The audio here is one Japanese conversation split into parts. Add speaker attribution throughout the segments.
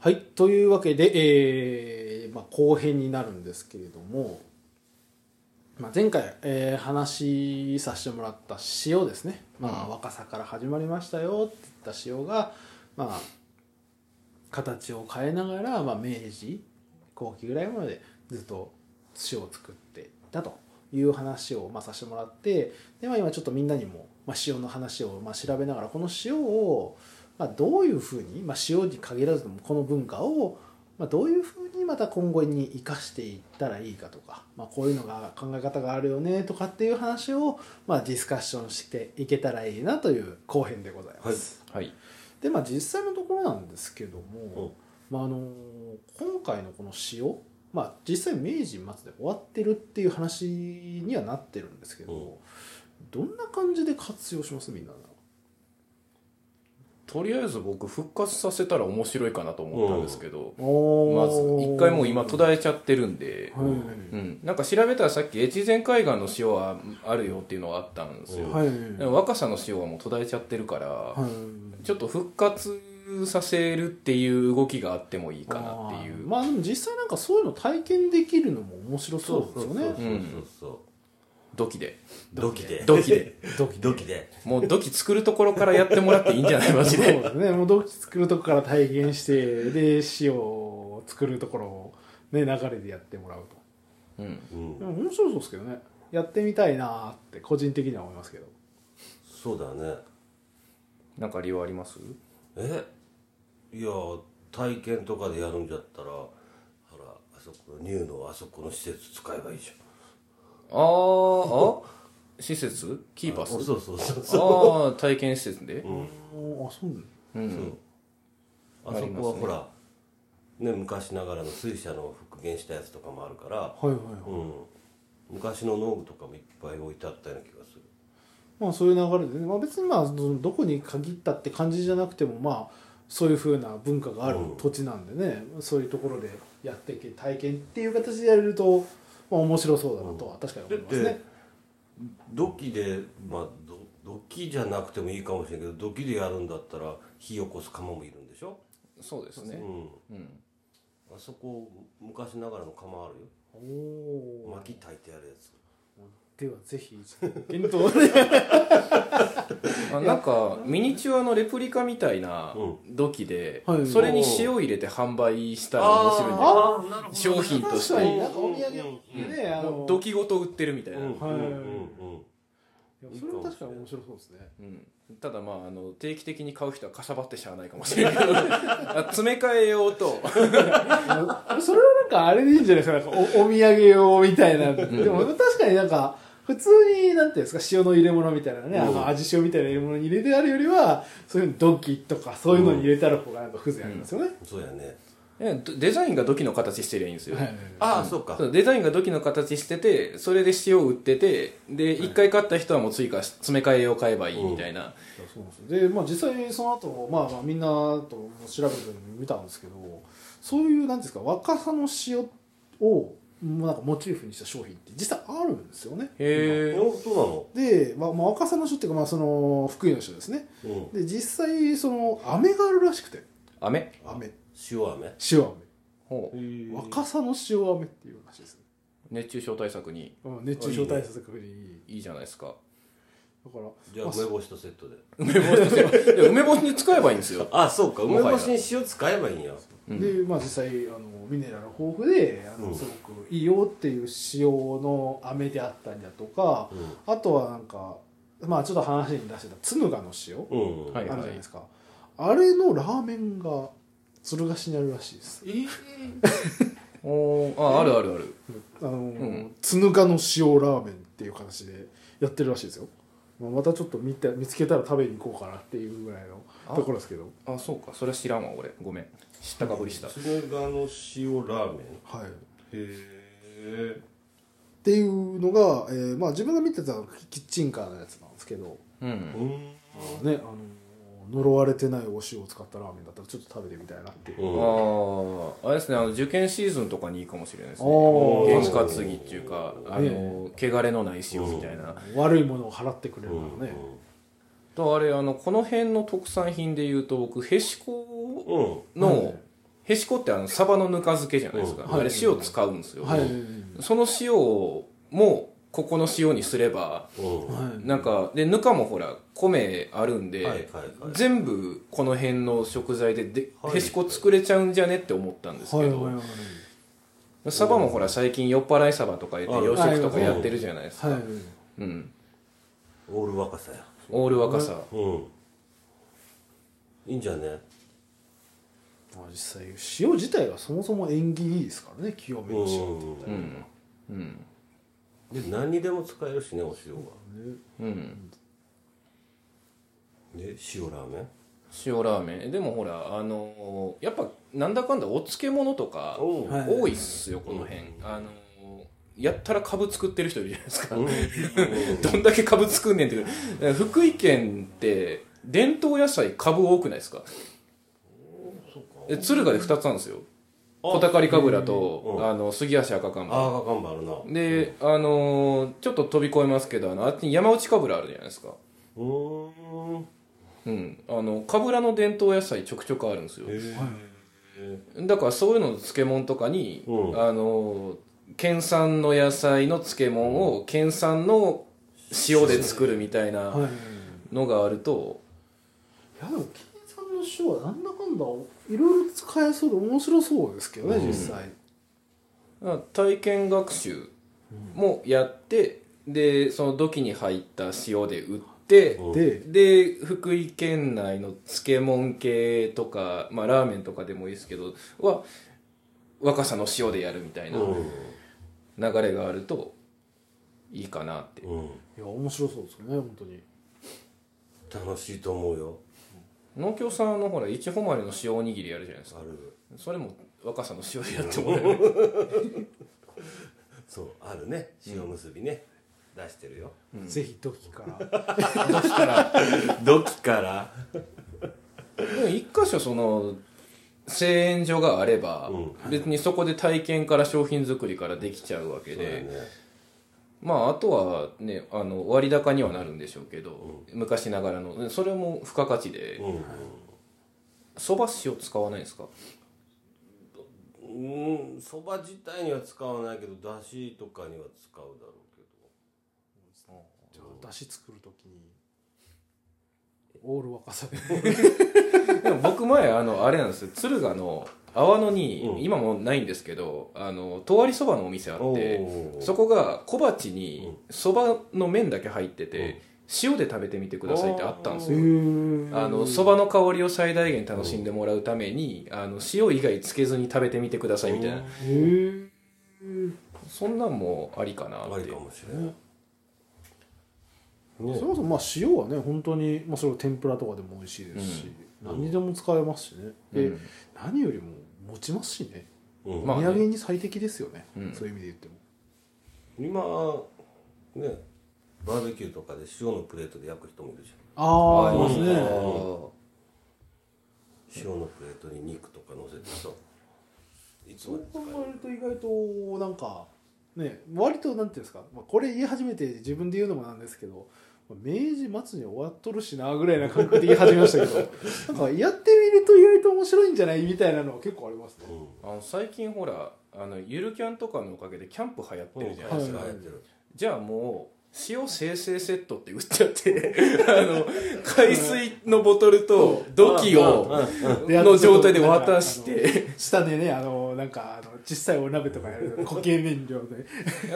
Speaker 1: はいというわけで、えーまあ、後編になるんですけれども、まあ、前回、えー話させてもらった塩ですね、まあ、若さから始まりましたよって言った塩が、まあ、形を変えながら、まあ、明治後期ぐらいまでずっと塩を作っていたという話を、まあ、させてもらってで、まあ、今ちょっとみんなにも、まあ、塩の話を、まあ、調べながらこの塩を、まあ、どういうふうに、まあ、塩に限らずともこの文化を、まあ、どういうふうにまた今後に生かしていったらいいかとか、まあ、こういうのが考え方があるよねとかっていう話を、まあ、ディスカッションしていけたらいいなという後編でございます。
Speaker 2: はい
Speaker 1: でまあ実際のところなんですけども、まあ、あの今回のこの塩、まあ、実際明治末で終わってるっていう話にはなってるんですけど、
Speaker 2: うん
Speaker 1: どんな感じで活用しますみんな
Speaker 3: とりあえず僕復活させたら面白いかなと思ったんですけど、ま
Speaker 1: ま
Speaker 3: ず一回もう今途絶えちゃってるんで、
Speaker 1: はい、
Speaker 3: うん、なんか調べたらさっき越前海岸の塩はあるよっていうのがあったんですよ、
Speaker 1: はい
Speaker 3: でも若さの塩はもう途絶えちゃってるから、
Speaker 1: はい
Speaker 3: ちょっと復活させるっていう動きがあってもいいかなってい
Speaker 1: あー
Speaker 3: う
Speaker 1: まあでも実際なんかそういうの体験できるのも面白そうですよね
Speaker 3: う
Speaker 2: そう
Speaker 3: ドキで
Speaker 2: ドキで
Speaker 3: ドキ で
Speaker 1: ドキ
Speaker 2: ドキで
Speaker 3: もうドキ作るところからやってもらっていいんじゃないマジ
Speaker 1: そう
Speaker 3: で
Speaker 1: ですねもうドキ作るとこから体現してで塩を作るところを、ね、流れでやってもらうと
Speaker 3: うん
Speaker 2: うん
Speaker 1: でも面白そうですけどねやってみたいなーって個人的には思いますけど
Speaker 2: そうだね
Speaker 3: なんか理由あります
Speaker 2: えいや体験とかでやるんじゃったらほらあそこのニューのあそこの施設使えばいいじ
Speaker 3: あーあ施設キ
Speaker 2: ゃん
Speaker 3: ーパ
Speaker 2: あ
Speaker 3: ス
Speaker 2: そうそうそうそう
Speaker 3: ああ体験施設で
Speaker 1: あそうなの
Speaker 3: うん、
Speaker 2: あ
Speaker 3: あ
Speaker 2: そ
Speaker 3: ります
Speaker 2: こは
Speaker 3: ね
Speaker 2: ほらね昔ながらの水車の復元したやつとかもあるから
Speaker 1: はいはいはい、
Speaker 2: うん昔の農具とかもいっぱい置いてあったような気がする
Speaker 1: まあそういう流れでね、まあ、別にまあそのどこに限ったって感じじゃなくてもまあそういうふうな文化がある
Speaker 2: うん
Speaker 1: 土地なんでね、そういうところでやっていけ体験っていう形でやれると、まあ、面白そうだなとは確かに思いますね
Speaker 2: だっ、て土器でまあど土器じゃなくてもいいかもしれんけど土器でやるんだったら火起こす釜もいるんでしょ
Speaker 3: そうですね
Speaker 2: うん
Speaker 3: うん
Speaker 2: あそこ昔ながらの釜あるよ
Speaker 1: おお
Speaker 2: 薪炊いてやるやつ
Speaker 1: ではぜひ検討で
Speaker 3: あなんかミニチュアのレプリカみたいな土器で、
Speaker 1: うんはい
Speaker 3: それに塩入れて販売したら面白いんだよ
Speaker 2: あーなるほど
Speaker 3: 商品とし
Speaker 1: 確かに
Speaker 3: て
Speaker 1: なんかお土産
Speaker 2: うん
Speaker 1: ね、あ
Speaker 3: も
Speaker 1: の
Speaker 3: う土器ごと売ってるみたいな、
Speaker 2: うん
Speaker 1: はい
Speaker 2: うんうん
Speaker 1: いやそれも確かに面白そうですね
Speaker 3: うんただまああの定期的に買う人はかさばってしゃあないかもしれないけどあ詰め替えようと
Speaker 1: あそれはなんかあれでいいんじゃないですかなんかおお土産用みたいなでも確かになんか普通になんていうんですか塩の入れ物みたいなね、あ
Speaker 2: うん
Speaker 1: の味塩みたいな入れ物に入れてあるよりはそういうのドキとかそういうのに入れたら方がなんか風情ありますよね、
Speaker 2: そうやね
Speaker 3: えどデザインが土器の形してりゃいいんですよ、
Speaker 1: はい
Speaker 2: ああそうか
Speaker 3: そうデザインが土器の形しててそれで塩売っててで一回買った人はもう追加し詰め替えを買えばいいみたいな、
Speaker 1: そうなんですよで、まあ、実際その後、まあまあみんなと調べてみたんですけどそういうなんていうんですか若さの塩をまあなんかモチーフにした商品って実際あるんですよね
Speaker 3: へえ
Speaker 2: おそ
Speaker 1: で、まあ、まあ若さの塩っていうか、まあ、その福井の塩ですね
Speaker 2: うなのう
Speaker 1: で
Speaker 2: ん
Speaker 1: 実際その飴があるらしくて
Speaker 3: 飴
Speaker 1: 飴
Speaker 2: 塩飴
Speaker 1: 塩
Speaker 3: ほう
Speaker 1: 飴若さの塩飴っていうらしいですね
Speaker 3: 熱中症対策に
Speaker 1: うん熱中症対策にいい
Speaker 3: いいじゃないですか
Speaker 1: だから
Speaker 2: じゃあ梅干しとセットで
Speaker 3: 梅干しですよいや梅干しに使えばいいんですよ
Speaker 2: あそうか
Speaker 3: もは
Speaker 2: 梅
Speaker 3: や
Speaker 2: 干しに塩使えばいいんや
Speaker 3: うん
Speaker 1: でまあ実際あのミネラル豊富であ
Speaker 2: う
Speaker 1: の
Speaker 2: ん
Speaker 1: すごくいいよっていう塩の飴であったりだとか
Speaker 2: うん
Speaker 1: あとはなんかまあちょっと話に出してたつむがの塩
Speaker 2: うん
Speaker 1: あ
Speaker 3: は
Speaker 1: る
Speaker 3: い
Speaker 1: じゃないですかあれのラーメンが鶴ヶ市にあるらしいです
Speaker 3: おーああるあるある
Speaker 1: あの
Speaker 3: ん
Speaker 1: つぬがの塩ラーメンっていう形でやってるらしいですよ、まあ、またちょっと見て見つけたら食べに行こうかなっていうぐらいのところですけど
Speaker 3: あそうかそれは知らんわ俺ごめん知ったかぶりした
Speaker 2: つねがの塩ラーメン
Speaker 1: はいっ
Speaker 2: へえ
Speaker 1: ていうのが、えーまあ、自分が見てたのはキッチンカーのやつなんですけど、
Speaker 3: うん
Speaker 2: うん
Speaker 1: ねあの呪われてないお塩を使ったラーメンだったらちょっと食べてみたいなっていう、
Speaker 2: う
Speaker 3: あ
Speaker 2: ん
Speaker 3: ーあれですねあの受験シーズンとかにいいかもしれないですね
Speaker 1: お
Speaker 2: ー
Speaker 3: 験担ぎっていうかあの汚れのない塩みたいな
Speaker 1: 悪いものを払ってくれるのね、
Speaker 3: とあれあのこの辺の特産品でいうと僕へしこ
Speaker 2: うん
Speaker 3: のへしこってあのサバのぬか漬けじゃないですか、
Speaker 2: うん
Speaker 1: はい
Speaker 3: あれ塩使うんですよ、
Speaker 1: はいはい
Speaker 3: その塩もここの塩にすれば
Speaker 2: うんは
Speaker 1: はい
Speaker 3: なんかでぬかもほら米あるん
Speaker 2: い
Speaker 3: で、
Speaker 2: はいはい
Speaker 3: 全部この辺の食材でで、
Speaker 2: はい
Speaker 3: へしこ作れちゃうんじゃねって思ったんですけど、
Speaker 1: はいはいはい
Speaker 3: サバもほら最近酔っ払いサバとか言って養殖とかやってるじゃないですか、
Speaker 1: はい
Speaker 3: うん、
Speaker 2: オール若さや
Speaker 3: オール若さ
Speaker 2: うんいいんじゃね
Speaker 1: まあ実際塩自体がそもそも縁起いいですからね清め
Speaker 2: う
Speaker 1: の
Speaker 2: ん
Speaker 1: 塩
Speaker 3: うんうん
Speaker 2: で何にでも使えるしねお塩は
Speaker 3: うん
Speaker 2: で塩ラーメン
Speaker 3: 塩ラーメンでもほらあのやっぱなんだかんだお漬物とか
Speaker 2: おう
Speaker 1: はい
Speaker 3: 多いっすよこの辺、あのやったら株作ってる人いるじゃないですか、
Speaker 2: うん
Speaker 3: どんだけ株作んねんってくる福井県って伝統野菜株多くないですかえ敦賀で2つあるんですよ小高りかぶらと、
Speaker 2: うん
Speaker 3: あの杉足赤かん
Speaker 2: あ
Speaker 3: ば
Speaker 2: あが頑張るな
Speaker 3: で、あのーちょっと飛び越えますけどあのあっちに山内かぶらあるじゃないですか
Speaker 2: うーん
Speaker 3: うんあのかぶらの伝統野菜ちょくちょくあるんですよ
Speaker 2: へえ
Speaker 3: だからそういうのの漬物とかに、
Speaker 2: うん
Speaker 3: あの県産の野菜の漬物を県産の塩で作るみたい
Speaker 1: はい
Speaker 3: な
Speaker 1: はい
Speaker 3: のがあると、
Speaker 1: やでも金さんの塩はなんだかんだいろいろ使えそうで面白そうですけどね、
Speaker 2: うん
Speaker 1: 実際
Speaker 3: 体験学習もやってでその土器に入った塩で売って、
Speaker 2: うん
Speaker 1: で
Speaker 3: で福井県内の漬物系とか、まあ、ラーメンとかでもいいですけどは若さの塩でやるみたいな
Speaker 2: う
Speaker 3: 流れがあるといいかなって、
Speaker 2: んうん
Speaker 1: いや面白そうですよね本当に
Speaker 2: 楽しいと思うよ
Speaker 3: 農協さんのほらいちほまれの塩おにぎりやるじゃないですか
Speaker 2: ある
Speaker 3: それも若さの塩でやってもらえる
Speaker 2: そうあるね塩結びね出してるよ
Speaker 1: ぜひ土器 から
Speaker 2: 土器から
Speaker 3: でも一箇所その製塩所があれば、
Speaker 2: う
Speaker 3: 別にそこで体験から商品作りからできちゃうわけ
Speaker 2: そうだ
Speaker 3: で、
Speaker 2: ね
Speaker 3: まああとはねあの割高にはなるんでしょうけど、昔ながらのそれも付加価値でそば塩使わないですか
Speaker 2: うんうんそば自体には使わないけどだしとかには使うだろうけど
Speaker 1: じゃあ出汁作るときにオール若 さで
Speaker 3: でも僕前あのあれなんですよ敦賀の阿波野に、
Speaker 2: うん
Speaker 3: 今もうないんですけどあのとわりそばのお店あって
Speaker 2: おー
Speaker 3: そこが小鉢にそばの麺だけ入ってて、塩で食べてみてくださいってあったんですよあのそばの香りを最大限楽しんでもらうためにあの塩以外つけずに食べてみてくださいみたいな
Speaker 1: へえ
Speaker 3: そんなんもありかな
Speaker 2: あ
Speaker 3: っ
Speaker 2: り
Speaker 3: て
Speaker 2: かもしれない
Speaker 1: そもそもまあ塩はね本当にまあそれを天ぷらとかでも美味しいですし、何にでも使えますしね、で
Speaker 3: うん
Speaker 1: 何よりも持ちますしね
Speaker 2: うん
Speaker 3: まあ
Speaker 1: お
Speaker 3: ね
Speaker 1: 土産に最適ですよね、
Speaker 3: うん
Speaker 1: そういう意味で言っても
Speaker 2: 今ねバーベキューとかで塩のプレートで焼く人もいるじ
Speaker 1: ああ
Speaker 3: あ
Speaker 1: あ
Speaker 3: り
Speaker 1: り
Speaker 3: ま
Speaker 1: ますす
Speaker 3: ね
Speaker 1: ね
Speaker 2: ゃん塩のプレートに肉とか乗せてさいつ
Speaker 1: そ
Speaker 2: ま
Speaker 1: う
Speaker 2: で使
Speaker 1: 考
Speaker 2: える
Speaker 1: えると意外となんかね割となんていうんですか、まあ、これ言い始めて自分で言うのもなんですけどまあ明治末に終わっとるしなぐらいな感覚で言い始めましたけ どなんかやってみると意外と面白いんじゃないみたいなのは結構ありますね、
Speaker 2: う
Speaker 3: あの最近ほらあのゆるキャンとかのおかげでキャンプ流行って
Speaker 2: ん
Speaker 3: るじゃないですか、
Speaker 1: はい
Speaker 2: 流行ってる
Speaker 3: じゃあもう塩生成セットって売っちゃって あの海水のボトルと土器を
Speaker 1: であと
Speaker 3: の状態で渡して
Speaker 1: 下でねあのなんかあの小さいお鍋とかやる固形燃料で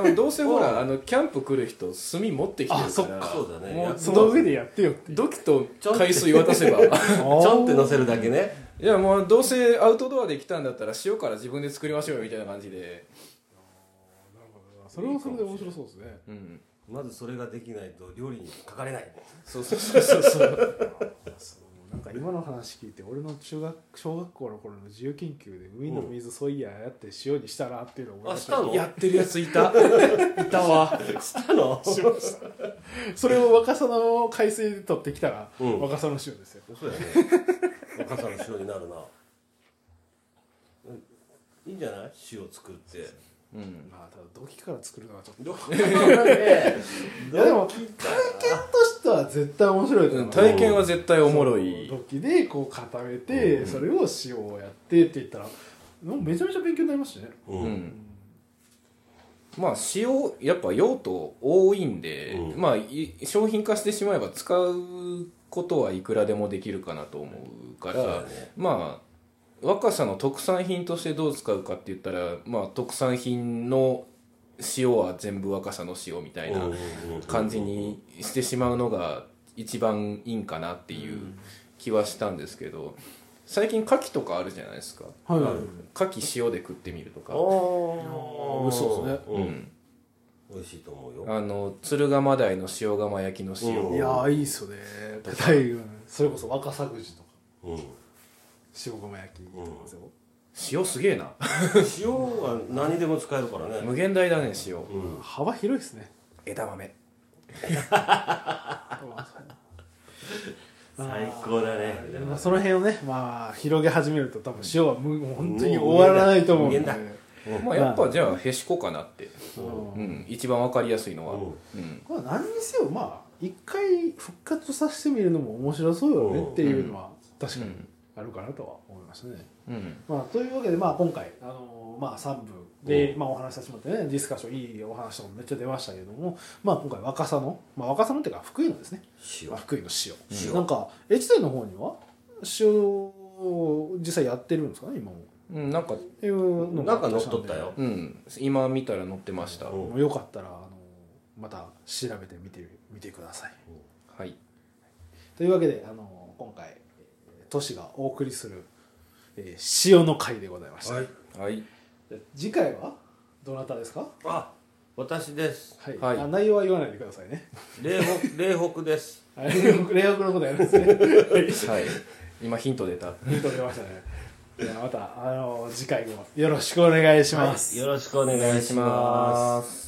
Speaker 3: でもどうせほらあのキャンプ来る人炭持ってきて
Speaker 1: あ
Speaker 3: る
Speaker 1: そ
Speaker 3: か
Speaker 1: っ
Speaker 3: ら
Speaker 1: か
Speaker 2: そうだね
Speaker 3: もう
Speaker 1: その上でやってよって
Speaker 3: 土器と海水渡せば
Speaker 1: ち
Speaker 3: い
Speaker 2: ちょんって乗せるだけね
Speaker 3: やもうどうせアウトドアで来たんだったら塩から自分で作りましょうよみたいな感じで、
Speaker 1: それはそれで面白そうですね
Speaker 3: うん、
Speaker 2: まずそれができないと料理にかかれない
Speaker 3: そうそうそうそうそう
Speaker 1: なんか今の話聞いて俺の中学小学校の頃の自由研究で海の水そういややって塩にしたらっていうのを思い出した
Speaker 2: あしたの
Speaker 3: やってるやつい たいたわ
Speaker 2: したの
Speaker 1: しましたそれを若さの海水で取ってきたら、
Speaker 2: うん
Speaker 1: 若さの塩ですよ
Speaker 2: そうやね若さの塩になるなうんいいんじゃない塩作って
Speaker 3: うん
Speaker 1: まあただ土器から作るのはちょっと
Speaker 2: どうなんだろうね
Speaker 1: いやでも体験としてトは絶対面白いと
Speaker 3: う
Speaker 1: 思うん
Speaker 3: 体験は絶対おもろい
Speaker 1: 土器でこう固めて、
Speaker 2: うん
Speaker 1: それを塩をやってって言ったらもうめちゃめちゃ勉強になりましたね
Speaker 2: う
Speaker 3: うんんまあ塩やっぱ用途多いんで、
Speaker 2: うん
Speaker 3: まあい商品化してしまえば使うことはいくらでもできるかなと思うから
Speaker 2: そうだね
Speaker 3: まあ若さの特産品としてどう使うかって言ったら、まあ、特産品の塩は全部若さの塩みたいな感じにしてしまうのが一番いいんかなっていう気はしたんですけど最近牡蠣とかあるじゃないですか
Speaker 1: はいはい、
Speaker 3: 牡蠣塩で食ってみるとか
Speaker 2: ああー
Speaker 1: 美味しそうですね
Speaker 2: う
Speaker 3: うんん
Speaker 2: 美味しいと思うよ
Speaker 3: あの鶴釜台の塩釜焼きの塩、
Speaker 2: うん
Speaker 1: いやーいいっすよね高いよねそれこそ若狭口とか
Speaker 2: うん
Speaker 1: 塩釜焼きとかですよ、
Speaker 3: 塩すげえな
Speaker 2: 塩は何でも使えるからね
Speaker 3: 無限大だね塩
Speaker 2: うん
Speaker 1: 幅広いですね
Speaker 3: 枝豆
Speaker 2: 最高だね
Speaker 1: まあその辺をね、まあ、広げ始めると多分塩は無もう本当に終わらないと思うんで、
Speaker 2: 無限だ
Speaker 3: まあやっぱじゃあへしこかなって、
Speaker 1: うん
Speaker 3: うん、一番わかりやすいのは、
Speaker 2: うん
Speaker 3: うん
Speaker 1: まあ、何にせよまあ一回復活させてみるのも面白そうよねっていうのは確かにあるかなとは思いましたね。
Speaker 3: うん
Speaker 1: まあ、というわけで、まあ、今回、あのーまあ、3部で、
Speaker 2: うん
Speaker 1: まあ、お話しさせてもらってねディスカッションいいお話とかもめっちゃ出ましたけれども、まあ、今回若狭の、まあ、若狭のっていうか福井のですね、
Speaker 2: 塩
Speaker 1: まあ、福井の塩
Speaker 2: 塩
Speaker 1: なんか越前の方には塩を実際やってるんですかね今も。
Speaker 3: うん、なんか、
Speaker 1: いうのが
Speaker 2: なんか乗っとったよ
Speaker 3: うん、今見たら載ってました、
Speaker 2: うん
Speaker 1: よかったらあのまた調べてみてみてください。
Speaker 3: はい
Speaker 1: というわけであの今回えートシがお送りする、えー塩の会でございました、
Speaker 2: はい
Speaker 3: はい
Speaker 1: で次回はどなたですか
Speaker 2: あ私です
Speaker 1: はい、
Speaker 3: はい
Speaker 1: あ内容は言わないでくださいね
Speaker 2: 霊北霊北です
Speaker 1: はい霊北霊北のことやるんですね
Speaker 3: はい今ヒント出た
Speaker 1: ヒント出ましたねではまたあの次回もよろしくお願いします、
Speaker 2: よろしくお願いし
Speaker 3: お願いし
Speaker 2: ます
Speaker 3: す